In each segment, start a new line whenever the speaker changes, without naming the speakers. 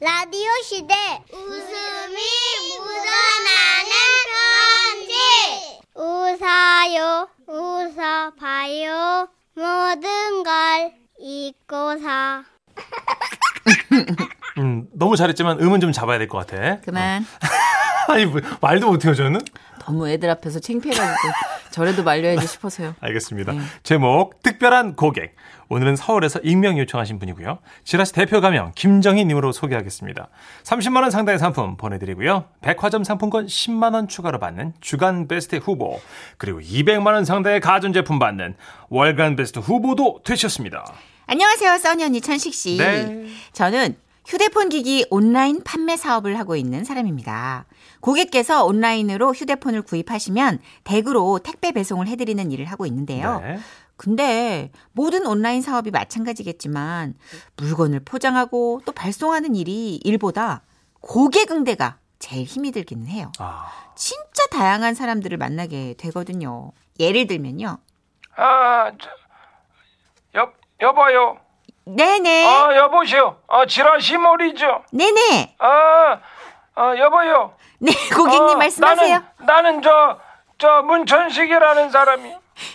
라디오 시대 웃음이 묻어나는 편지 웃어요 웃어봐요 모든 걸 잊고서
음, 너무 잘했지만 음은 좀 잡아야 될 것 같아.
그만.
아니, 뭐, 말도 못해요, 저는.
어. 너무 애들 앞에서 창피해가지고 저래도 말려야지 싶어서요.
알겠습니다. 제목, 특별한 고객. 오늘은 서울에서 익명 요청하신 분이고요. 지라시 대표 가명, 김정희님으로 소개하겠습니다. 30만원 상당의 상품 보내드리고요. 백화점 상품권 10만원 추가로 받는 주간 베스트 후보, 그리고 200만원 상당의 가전제품 받는 월간 베스트 후보도 되셨습니다.
안녕하세요, 써니 언니 천식 씨.
네.
저는 휴대폰 기기 온라인 판매 사업을 하고 있는 사람입니다. 고객께서 온라인으로 휴대폰을 구입하시면 댁으로 택배 배송을 해드리는 일을 하고 있는데요.
네.
근데 모든 온라인 사업이 마찬가지겠지만 물건을 포장하고 또 발송하는 일이 일보다 고객 응대가 제일 힘이 들기는 해요.
아,
진짜 다양한 사람들을 만나게 되거든요. 예를 들면요.
아, 저, 여, 여봐요.
네네.
아, 여보시오. 아, 지라시 몰이죠.
네네.
아, 아, 여봐요.
네, 고객님
아,
말씀하세요.
나는, 나는 저, 저 문천식이라는 사람이.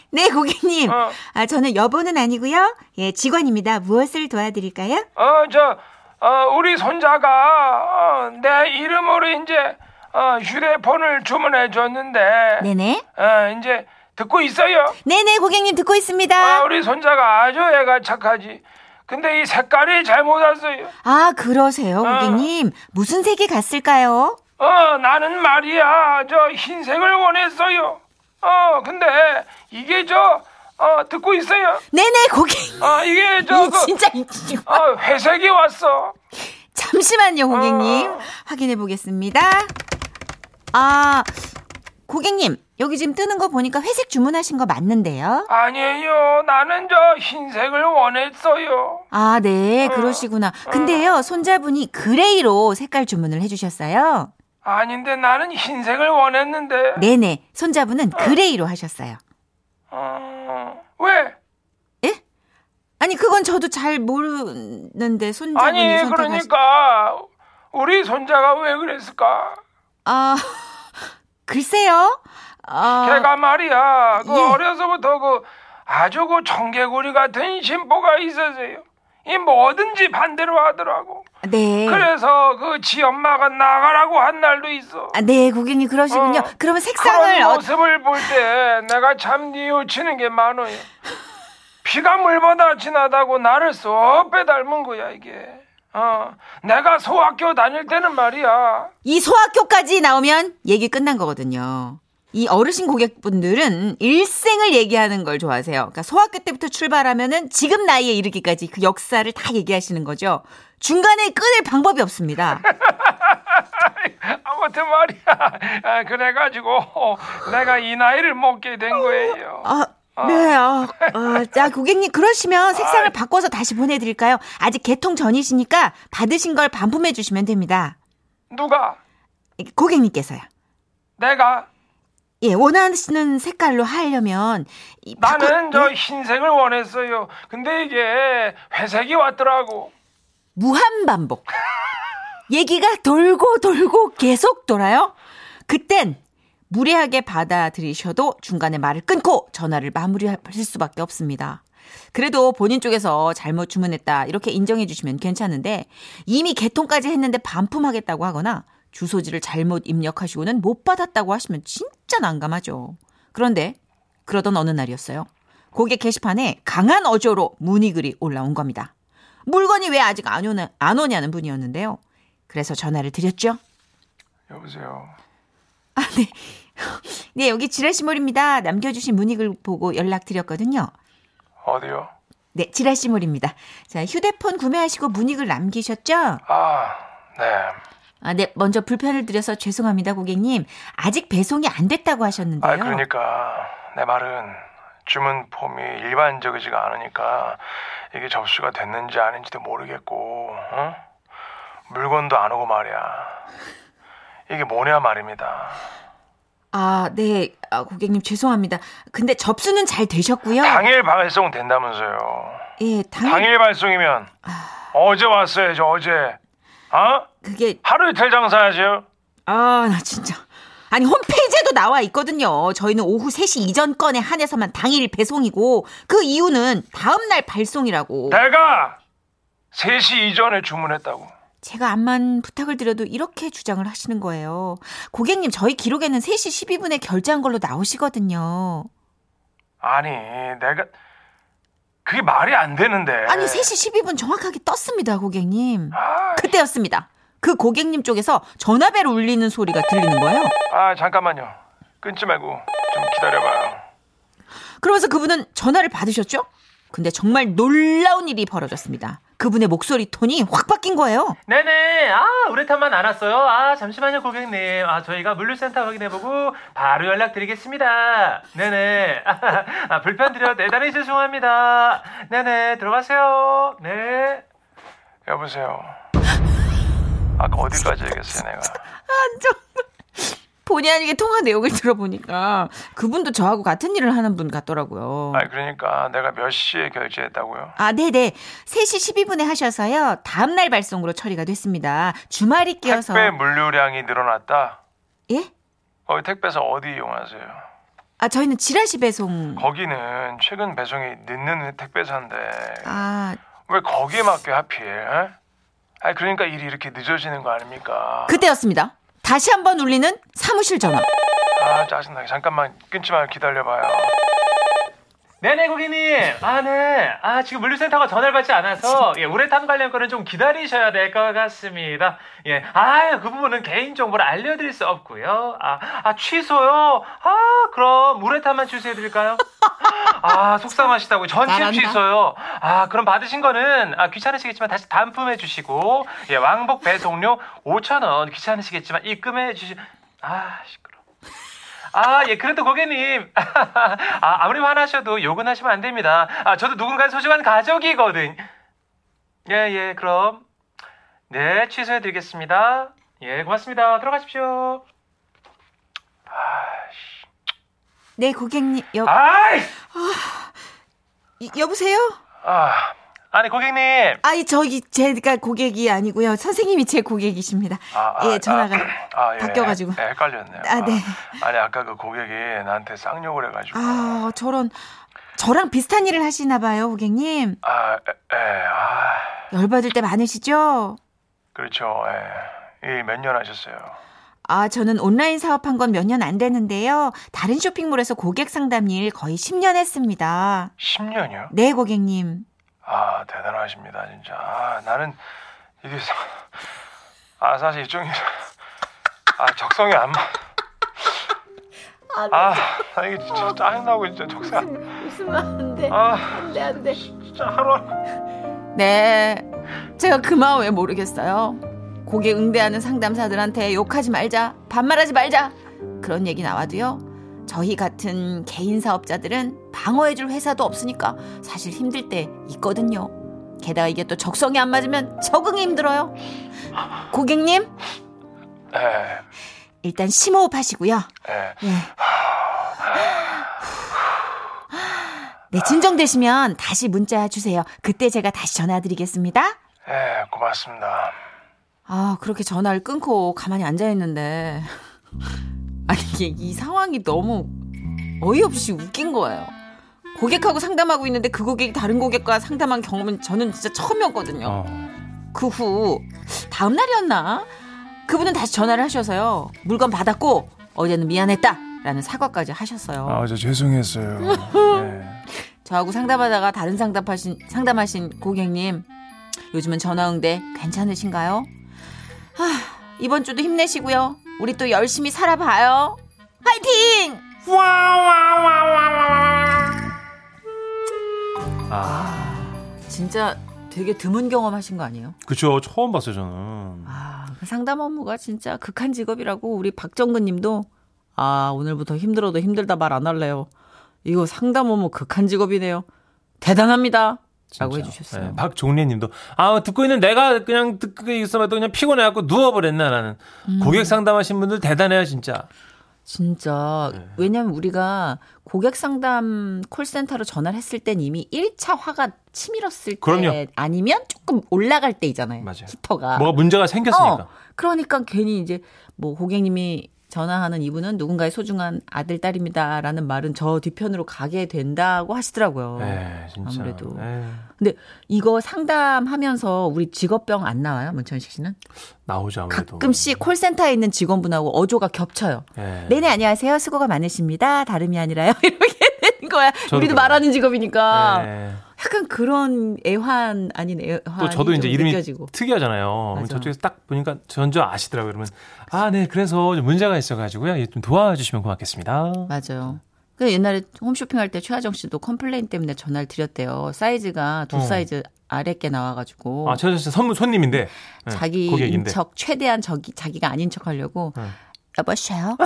네, 고객님.
어.
아, 저는 여보는 아니고요. 예, 직원입니다. 무엇을 도와드릴까요?
어, 저, 어, 우리 손자가 어, 내 이름으로 이제 어, 휴대폰을 주문해 줬는데,
네네.
어, 이제 듣고 있어요.
네네, 고객님 듣고
아,
있습니다.
우리 손자가 아주 애가 착하지. 근데 이 색깔이 잘못 왔어요.
아, 그러세요, 고객님. 무슨 색이 갔을까요?
어, 나는 말이야, 저 흰색을 원했어요. 어, 근데 이게 저, 어, 듣고 있어요.
네네, 고객님.
어, 이게 저,
이
그,
진짜 이 진짜.
어, 회색이 왔어.
잠시만요, 고객님.
아.
확인해 보겠습니다. 아, 고객님. 여기 지금 뜨는 거 보니까 회색 주문하신 거 맞는데요?
아니에요, 나는 저 흰색을 원했어요.
아, 네, 그러시구나. 근데요, 손자분이 그레이로 색깔 주문을 해주셨어요.
아닌데 나는 흰색을 원했는데.
네네, 손자분은 그레이로 하셨어요.
어, 왜?
아니, 그건 저도 잘 모르는데, 손자분이
아니,
선택하신...
그러니까 우리 손자가 왜 그랬을까?
아, 글쎄요. 아,
걔가 말이야, 그
예.
어려서부터 그 아주 그 청개구리 같은 심보가 있었어요. 이 뭐든지 반대로 하더라고.
네.
그래서 그 지 엄마가 나가라고 한 날도 있어.
아, 네, 고객님 그러시군요.
어,
그러면
그런
색상을 어,
모습을 볼 때 내가 참 뉘우치는 게 많아요. 피가 물보다 진하다고 나를 쏙 빼닮은 거야 이게. 어, 내가 소학교 다닐 때는 말이야.
이 소학교까지 나오면 얘기 끝난 거거든요. 이 어르신 고객분들은 일생을 얘기하는 걸 좋아하세요. 그러니까 소학교 때부터 출발하면은 지금 나이에 이르기까지 그 역사를 다 얘기하시는 거죠. 중간에 끊을 방법이 없습니다.
아무튼 말이야. 아, 그래가지고 내가 이 나이를 먹게 된 거예요.
아, 네, 아, 아, 자, 고객님, 그러시면
아.
색상을 바꿔서 다시 보내드릴까요? 아직 개통 전이시니까 받으신 걸 반품해 주시면 됩니다.
누가?
고객님께서요.
내가?
예, 원하시는 색깔로 하려면. 이 바꿔- 예?
나는 저 흰색을 원했어요. 근데 이게 회색이 왔더라고.
무한 반복. 얘기가 돌고 돌고 계속 돌아요. 그땐 무례하게 받아들이셔도 중간에 말을 끊고 전화를 마무리할 수밖에 없습니다. 그래도 본인 쪽에서 잘못 주문했다 이렇게 인정해 주시면 괜찮은데 이미 개통까지 했는데 반품하겠다고 하거나 주소지를 잘못 입력하시고는 못 받았다고 하시면 진짜 난감하죠. 그런데 그러던 어느 날이었어요. 고객 게시판에 강한 어조로 문의글이 올라온 겁니다. 물건이 왜 아직 안, 오나, 안 오냐는 분이었는데요. 그래서 전화를 드렸죠.
여보세요.
아, 네. 네, 여기 지라시몰입니다. 남겨주신 문의글 보고 연락드렸거든요.
어디요?
네, 지라시몰입니다. 자, 휴대폰 구매하시고 문의글 남기셨죠?
아, 네.
아, 네, 먼저 불편을 드려서 죄송합니다, 고객님. 아직 배송이 안 됐다고 하셨는데요.
아, 그러니까 내 말은 주문 폼이 일반적이지가 않으니까 이게 접수가 됐는지 아닌지도 모르겠고, 어? 물건도 안 오고 말이야. 이게 뭐냐 말입니다.
아, 네, 아, 고객님 죄송합니다. 근데 접수는 잘 되셨고요.
당일 발송 된다면서요.
예, 당일
당일 발송이면 어제 왔어야죠 어제. 어?
그게
하루 이틀 장사하죠?
아, 나 진짜. 아니, 홈페이지에도 나와 있거든요. 저희는 오후 3시 이전 건에 한해서만 당일 배송이고, 그 이유는 다음날 발송이라고.
내가 3시 이전에 주문했다고.
제가 암만 부탁을 드려도 이렇게 주장을 하시는 거예요. 고객님, 저희 기록에는 3시 12분에 결제한 걸로 나오시거든요.
아니, 내가 그게 말이 안 되는데.
아니, 3시 12분 정확하게 떴습니다, 고객님.
아,
그때였습니다. 그 고객님 쪽에서 전화벨 울리는 소리가 들리는 거예요.
아, 잠깐만요. 끊지 말고 좀 기다려봐요.
그러면서 그분은 전화를 받으셨죠? 근데 정말 놀라운 일이 벌어졌습니다. 그분의 목소리 톤이 확 바뀐 거예요.
네네. 아, 우레탄만 안 왔어요. 아, 잠시만요, 고객님. 아, 저희가 물류센터 확인해보고 바로 연락드리겠습니다. 네네. 아, 불편 드려 대단히 죄송합니다. 네네. 들어가세요. 네.
여보세요. 아까 어디까지 얘기했어요, 내가?
본의 아니게 통화 내용을 들어보니까 그분도 저하고 같은 일을 하는 분 같더라고요.
아니, 그러니까 내가 몇 시에 결제했다고요?
아, 네네. 3시 12분에 하셔서요. 다음날 발송으로 처리가 됐습니다. 주말이 끼어서.
택배 뭐. 물류량이 늘어났다.
예?
거기 택배사 어디 이용하세요?
아, 저희는 지라시 배송.
거기는 최근 배송이 늦는 택배사인데
아,
왜 거기에 맞게 하필? 에? 아니 그러니까 일이 이렇게 늦어지는 거 아닙니까?
그때였습니다. 다시 한번 울리는 사무실 전화.
아 짜증나게 잠깐만 끊지 말고 기다려봐요.
네네, 고객님. 아, 네. 아, 지금 물류센터가 전화를 받지 않아서, 예, 우레탄 관련 거는 좀 기다리셔야 될 것 같습니다. 예. 아, 그 부분은 개인정보를 알려드릴 수 없고요. 아, 아, 취소요? 아, 그럼 우레탄만 취소해드릴까요? 아, 속상하시다고. 전체
잘한다.
취소요? 아, 그럼 받으신 거는, 아, 귀찮으시겠지만 다시 반품해주시고, 예, 왕복 배송료 5,000원. 귀찮으시겠지만 입금해주시, 아, 시끄러. 아, 예, 그래도 고객님. 아, 아무리 화나셔도 욕은 하시면 안 됩니다. 아, 저도 누군가의 소중한 가족이거든. 예, 예, 그럼. 네, 취소해드리겠습니다. 예, 고맙습니다. 들어가십시오.
네, 고객님. 여,
아이!
이- 여보세요?
아
아니, 고객님.
아이, 저기, 제가 고객이 아니고요. 선생님이 제 고객이십니다.
아, 아,
예, 전화가
아, 아, 예.
바뀌어가지고.
예, 헷갈렸네요.
아, 네.
아, 니 아까 그 고객이 나한테 쌍욕을 해가지고
아, 저런. 저랑 비슷한 일을 하시나 봐요, 고객님.
아, 예, 예, 아,
열받을 때 많으시죠?
그렇죠. 예. 일몇 년 하셨어요?
아, 저는 온라인 사업한 건 몇 년 안 되는데요. 다른 쇼핑몰에서 고객 상담 일 거의 10년 했습니다.
10년이요?
네, 고객님.
아 대단하십니다 진짜 아, 나는 이게 사- 아 사실 이쪽이 아 적성이 안 맞.
네.
아, 나 이게 진짜 짜증나고 진짜 적성.
안돼
아,
안돼 안돼
진짜 하루하루.
네. 제가 그 마음 왜 모르겠어요. 고객 응대하는 상담사들한테 욕하지 말자, 반말하지 말자. 그런 얘기 나와도요. 저희 같은 개인 사업자들은 방어해줄 회사도 없으니까 사실 힘들 때 있거든요. 게다가 이게 또 적성이 안 맞으면 적응이 힘들어요. 고객님,
예,
일단 심호흡 하시고요.
예.
예. 네, 진정되시면 다시 문자 주세요. 그때 제가 다시 전화드리겠습니다.
예, 고맙습니다.
아, 그렇게 전화를 끊고 가만히 앉아있는데. 아니, 이게 이 상황이 너무 어이없이 웃긴 거예요. 고객하고 상담하고 있는데 그 고객이 다른 고객과 상담한 경험은 저는 진짜 처음이었거든요.
어.
그 후 다음 날이었나? 그분은 다시 전화를 하셔서요. 물건 받았고 어제는 미안했다라는 사과까지 하셨어요.
아, 저 죄송했어요. 네.
저하고 상담하다가 다른 상담하신 상담하신 고객님 요즘은 전화응대 괜찮으신가요? 하, 이번 주도 힘내시고요. 우리 또 열심히 살아봐요. 화이팅! 진짜 되게 드문 경험하신 거 아니에요?
그쵸. 처음 봤어요, 저는.
아, 그 상담 업무가 진짜 극한 직업이라고 우리 박정근 님도 아, 오늘부터 힘들어도 힘들다 말 안 할래요. 이거 상담 업무 극한 직업이네요. 대단합니다. 라고
진짜.
뭐 해주셨어요.
예, 박종래 님도, 아, 듣고 있는 내가 그냥
음.
듣고 있으면 또 그냥 피곤해갖고 누워버렸나, 나는. 고객 상담하신 분들 대단해요, 진짜.
진짜
네.
왜냐면 우리가 고객 상담 콜센터로 전화를 했을 땐 이미 1차 화가 치밀었을
그럼요.
때 아니면 조금 올라갈 때이잖아요.
맞아요.
히터가.
뭐가 문제가 생겼으니까.
어, 그러니까 괜히 이제 뭐 고객님이 전화하는 이분은 누군가의 소중한 아들 딸입니다라는 말은 저 뒤편으로 가게 된다고 하시더라고요.
에 네, 진짜. 네,
아무래도.
에이,
근데 이거 상담하면서 우리 직업병 안 나와요, 문천식 씨는?
나오죠 아무래도.
가끔씩 콜센터에 있는 직원분하고 어조가 겹쳐요.
예.
네네 안녕하세요. 수고가 많으십니다. 다름이 아니라요. 이렇게 되는 거야.
저도 그래요.
우리도 말하는 직업이니까
예.
약간 그런 애환 아닌 애환
또 저도 이제 이름이
느껴지고.
특이하잖아요.
맞아.
저쪽에서 딱 보니까 전저 아시더라고요. 그러면 아, 네. 그래서 좀 문제가 있어 가지고요. 좀 도와주시면 고맙겠습니다.
맞아요. 그 옛날에 홈쇼핑할 때 최하정 씨도 컴플레인 때문에 전화를 드렸대요. 사이즈가 두
어.
사이즈 아래께 나와가지고
아, 저 진짜 선물 손님인데. 예,
자기
고객인데. 네.
인척 최대한 저기 자기가 아닌 척하려고
응.
여보세요,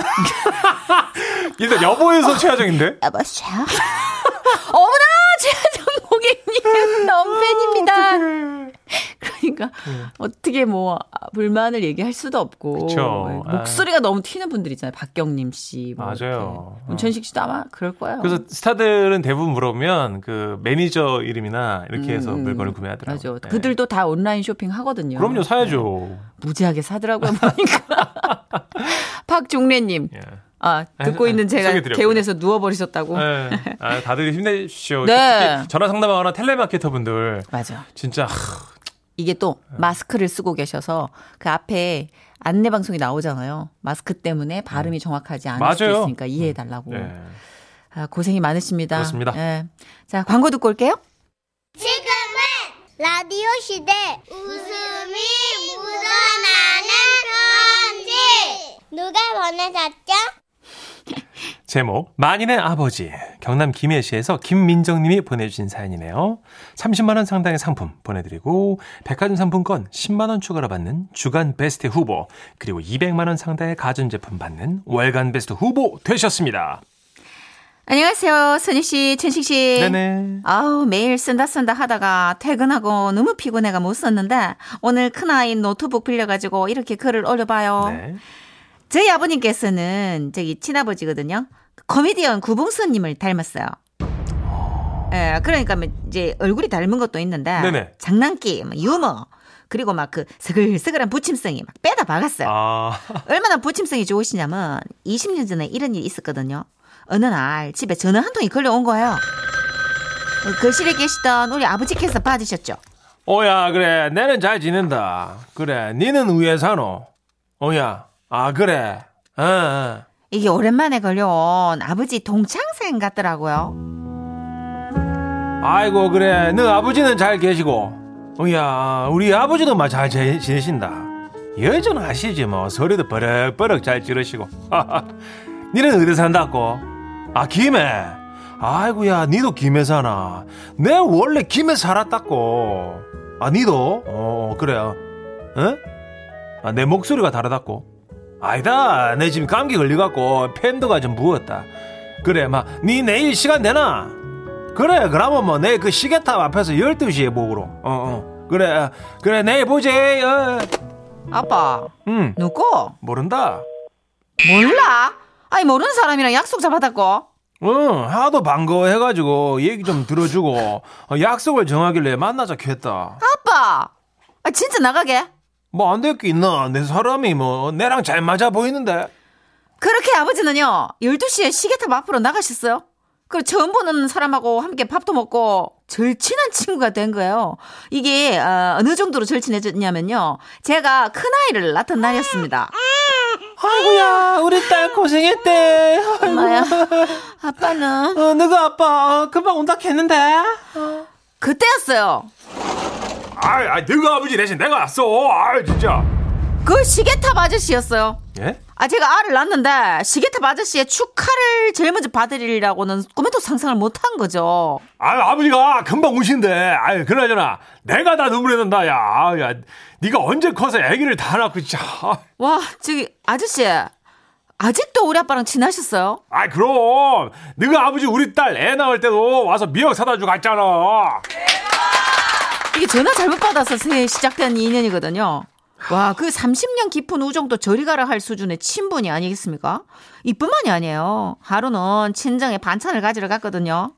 일단 여보에서 최하정인데.
여보세요. 어머나 최하정 고객님 너무 팬입니다. 그러니까 어떻게 뭐 아, 불만을 얘기할 수도 없고
그쵸. 네.
예, 목소리가 너무 튀는 분들 있잖아요. 박경림 씨, 뭐 이렇게.
맞아요. 어.
문천식 씨도 아마 그럴 거예요.
그래서 스타들은 대부분 물어보면 그 매니저 이름이나 이렇게 해서
음,
물건을 구매하더라고요.
맞아.
예.
그들도 다 온라인 쇼핑 하거든요.
그럼요, 사야죠.
무지하게 사더라고요, 보니까. 박종래님.
예.
아, 듣고
아,
있는 제가
소개해드렸고요.
개운해서 누워버리셨다고.
예. 아, 다들 힘내십시오.
네.
특히 전화 상담하거나 텔레마케터 분들
맞아.
진짜 하,
이게 또
예.
마스크를 쓰고 계셔서 그 앞에 안내 방송이 나오잖아요. 마스크 때문에 발음이 정확하지 않을 수도
예. 맞아요.
있으니까 이해해달라고.
예.
아, 고생이 많으십니다.
그렇습니다.
예. 자, 광고 듣고 올게요.
지금은 라디오 시대 웃음이 묻어나는 편지 누가 보내셨죠?
제목 만인의 아버지 경남 김해시에서 김민정님이 보내주신 사연이네요. 30만 원 상당의 상품 보내드리고 백화점 상품권 10만 원 추가로 받는 주간 베스트 후보 그리고 200만 원 상당의 가전제품 받는 월간 베스트 후보 되셨습니다.
안녕하세요. 선희 씨, 천식 씨.
네네.
아우 매일 쓴다 쓴다 하다가 퇴근하고 너무 피곤해가 못 썼는데 오늘 큰아이 노트북 빌려가지고 이렇게 글을 올려봐요.
네.
저희 아버님께서는 저기 친아버지거든요. 코미디언 구봉수님을 닮았어요. 예, 그러니까 뭐 이제 얼굴이 닮은 것도 있는데
네네.
장난기, 뭐 유머 그리고 막 그 스글스글한 부침성이 막 빼다 박았어요.
아,
얼마나 부침성이 좋으시냐면 20년 전에 이런 일이 있었거든요. 어느 날 집에 전화 한 통이 걸려온 거예요. 어, 거실에 계시던 우리 아버지께서 받으셨죠.
오야 그래 내는 잘 지낸다. 그래 니는 위에 사노. 오야 아 그래. 어, 어.
이게 오랜만에 걸려온 아버지 동창생 같더라고요.
아이고 그래 너 아버지는 잘 계시고 야 우리 아버지도 막 잘 지내신다 여전하시지 뭐 소리도 버럭버럭 잘 지르시고 니는 어디 산다고 아 김해 아이고야 니도 김해 사나 내 원래 김해 살았다고 아 니도 어 그래 응? 아, 내 목소리가 다르다고 아니다 내 지금 감기 걸려갖고 팬도가 좀 부었다 그래 막 니 내일 시간 되나 그래 그러면 뭐 내일 그 시계탑 앞에서 12시에 보으로 어어 그래 그래 내일 보지 어.
아빠,
음
누구?
모른다
몰라? 아니, 모르는 사람이랑 약속 잡아다고?
응 어, 하도 반가워해가지고 얘기 좀 들어주고 어, 약속을 정하길래 만나자고 했다
아빠! 아, 진짜 나가게?
뭐 안 될 게 있나 내 사람이 뭐 내랑 잘 맞아 보이는데
그렇게 아버지는요, 12시에 시계탑 앞으로 나가셨어요. 그리고 처음 보는 사람하고 함께 밥도 먹고 절친한 친구가 된 거예요. 이게 어, 어느 정도로 절친해졌냐면요. 제가 큰아이를 낳던 날이었습니다.
아이고야 우리 딸 고생했대
엄마야, 아빠는
어, 너가 아빠 금방 온다 했는데
그때였어요.
아이 아이 너가 아버지 대신 내가 왔어 아이 진짜
그 시계탑 아저씨였어요.
예?
아, 제가 알을 낳는데 시계탑 아저씨의 축하를 제일 먼저 받으리라고는 꿈에도 상상을 못 한 거죠.
아, 아버지가 금방 오신데, 아, 그나저나, 내가 다 눈물이 난다, 야. 아, 야, 네가 언제 커서 아기를 다 낳고, 진짜.
와, 저기 아저씨 아직도 우리 아빠랑 친하셨어요?
아, 그럼, 네가 아버지 우리 딸 애 낳을 때도 와서 미역 사다 주고 갔잖아.
이게 전화 잘못 받아서 새해 시작된 인연이거든요. 와, 그 30년 깊은 우정도 저리 가라 할 수준의 친분이 아니겠습니까? 이뿐만이 아니에요. 하루는 친정에 반찬을 가지러 갔거든요.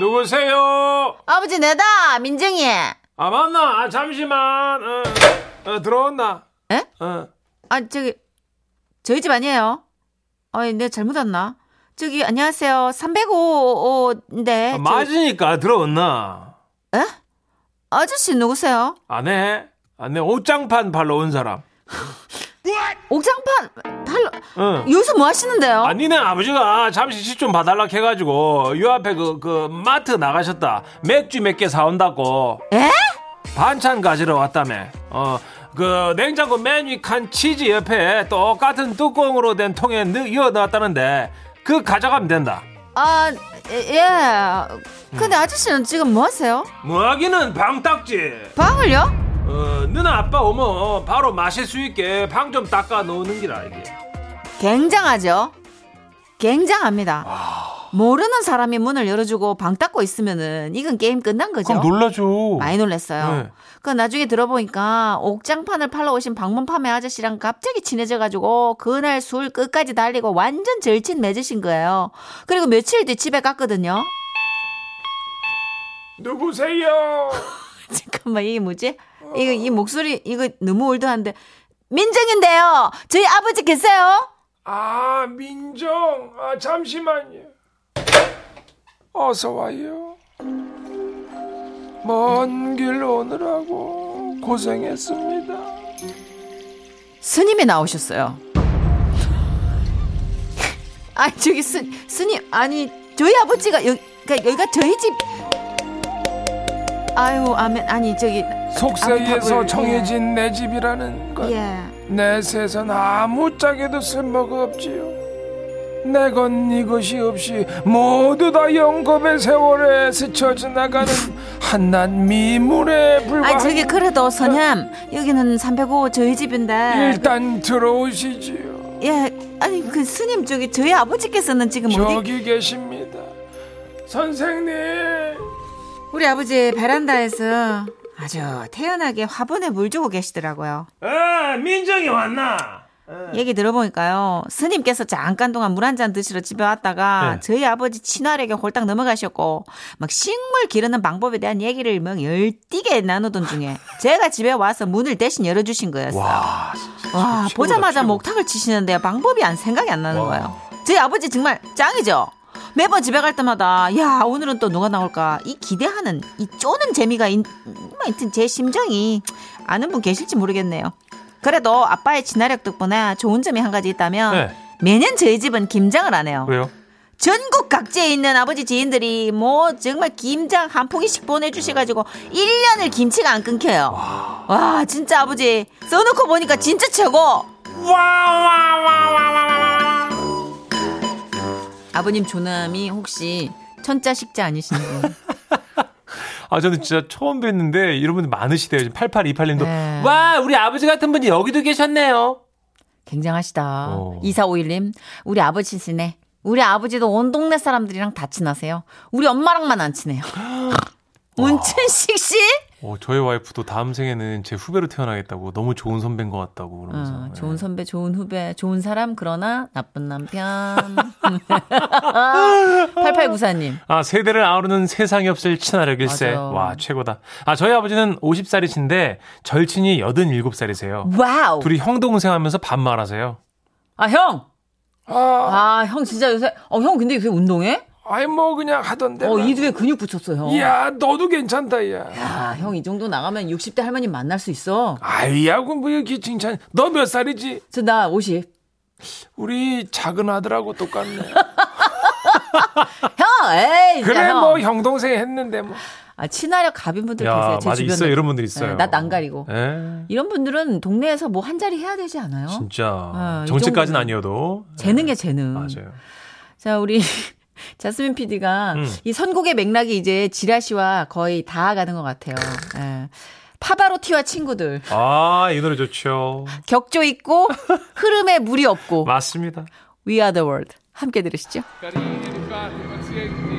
누구세요?
아버지 내다 민정이.
아 맞나? 아 잠시만. 어, 어, 들어왔나?
에?
어.
아 저기 저희 집 아니에요. 아, 내가 잘못 왔나? 저기 안녕하세요. 305인데.
아, 맞으니까 들어왔나?
에? 아저씨 누구세요?
안해? 안해? 네. 아, 옷장판 팔러 온 사람.
옥장판 팔로
응.
여기서 뭐 하시는데요?
아, 니네 아버지가 잠시 집 좀 봐달라 해가지고 요 앞에 그, 그 마트 나가셨다 맥주 몇 개 사온다고
에?
반찬 가지러 왔다며 어 그 냉장고 맨 위 칸 치즈 옆에 똑같은 뚜껑으로 된 통에 넣, 이어 넣었다는데 그 가져가면 된다
아, 예. 근데
음.
아저씨는 지금 뭐 하세요?
뭐하기는 방 닦지
방을요?
어, 누나 아빠 오면 바로 마실 수 있게 방 좀 닦아 놓는 기라 이게
굉장하죠. 굉장합니다.
아.
모르는 사람이 문을 열어주고 방 닦고 있으면은 이건 게임 끝난 거죠.
그럼 놀라죠.
많이 놀랐어요.
네.
그 나중에 들어보니까 옥장판을 팔러 오신 방문 판매 아저씨랑 갑자기 친해져가지고 그날 술 끝까지 달리고 완전 절친 맺으신 거예요. 그리고 며칠 뒤 집에 갔거든요.
누구세요
잠깐만 이게 뭐지? 이거 이 목소리 이거 너무 올드한데 민정인데요. 저희 아버지 계세요?
아 민정 아 잠시만요 어서 와요 먼 길 오느라고 고생했습니다
아,
스님이 나오셨어요. 아 저기 스, 스님 아니 저희 아버지가 여기 그러니까 여기가 저희 집. 아유 아멘 아니 저기
속세에서
네.
아미타불,
정해진 내 집이라는 건
예.
내세선 아무짝에도 쓸모가 없지요 내건 이것이 없이 모두 다 영겁의 세월에 스쳐 지나가는 한낱 미물에 불과한
아 저기 그래도 선ям 여기는 305 저희 집인데
일단 들어오시지요
예 아니 그 스님 저기 저희 아버지께서는 지금 어디
저기 계십니다. 선생님.
우리 아버지 베란다에서 아주 태연하게 화분에 물 주고 계시더라고요.
아, 민정이 왔나?
얘기 들어보니까요. 스님께서 잠깐 동안 물 한 잔 드시러 집에 왔다가
네.
저희 아버지 친화력에 홀딱 넘어가셨고 막 식물 기르는 방법에 대한 얘기를 막 열띠게 나누던 중에 제가 집에 와서 문을 대신 열어주신 거였어요.
와,
와,
최고다,
보자마자
최고.
목탁을 치시는데 방법이 안 생각이 안 나는
와.
거예요. 저희 아버지 정말 짱이죠. 매번 집에 갈 때마다 야 오늘은 또 누가 나올까 이 기대하는 이 쪼는 재미가 있, 하여튼 제 심정이 아는 분 계실지 모르겠네요. 그래도 아빠의 진화력 덕분에 좋은 점이 한 가지 있다면
네.
매년 저희 집은 김장을 안 해요.
왜요?
전국 각지에 있는 아버지 지인들이 뭐 정말 김장 한 포기씩 보내주셔가지고 1년을 김치가 안 끊겨요. 와, 진짜 아버지 써놓고 보니까 진짜 최고. 아버님 조남이 혹시 천자 식자 아니신지.
아, 저는 진짜 처음 뵀는데 이런 분들 많으시대요. 지금 8828님도.
네.
와, 우리 아버지 같은 분이 여기도 계셨네요.
굉장하시다.
어.
2451님, 우리 아버지시네. 우리 아버지도 온 동네 사람들이랑 다 친하세요. 우리 엄마랑만 안 친해요. 문춘식 씨?
어, 저희 와이프도 다음 생에는 제 후배로 태어나겠다고 너무 좋은 선배인 것 같다고 그러면서.
어,
예.
좋은 선배, 좋은 후배, 좋은 사람, 그러나 나쁜 남편. 8894님.
아, 세대를 아우르는 세상에 없을 친화력 일세.
맞아요.
와, 최고다. 아, 저희 아버지는 50살이신데 절친이
음.
87살이세요.
와우!
둘이 형 동생 하면서 반말하세요.
아, 형!
아,
아, 형 진짜 요새, 어, 형 근데 요새 운동해?
아이 뭐 그냥 하던데.
어, 이두에 근육 붙였어,
뭐.
형.
야, 너도 괜찮다, 야.
아, 형 이 정도 나가면 60대 할머니 만날 수 있어.
아이야고 뭐 이렇게 칭찬. 너 몇 살이지?
저 나 50.
우리 작은 아들하고 똑같네.
형! 에이! 진짜
그래
형.
뭐 형동생 했는데 뭐.
아, 친화력 갑인 분들 계세요.
야,
제
맞아.
주변에.
있어요. 이런 분들 있어요.
네, 낯안 가리고.
예.
이런 분들은 동네에서 뭐 한 자리 해야 되지 않아요?
진짜.
아, 이 정도면.
정체까지는 아니어도.
재능의 재능.
맞아요.
자, 우리 자스민 PD가
음.
이 선곡의 맥락이 이제 지라 씨와 거의 다 가는 것 같아요. 예. 파바로티와 친구들.
아, 이 노래 좋죠.
격조 있고 흐름에 물이 없고
맞습니다.
We are the world. 함께 들으시죠.
Carine infate pazienti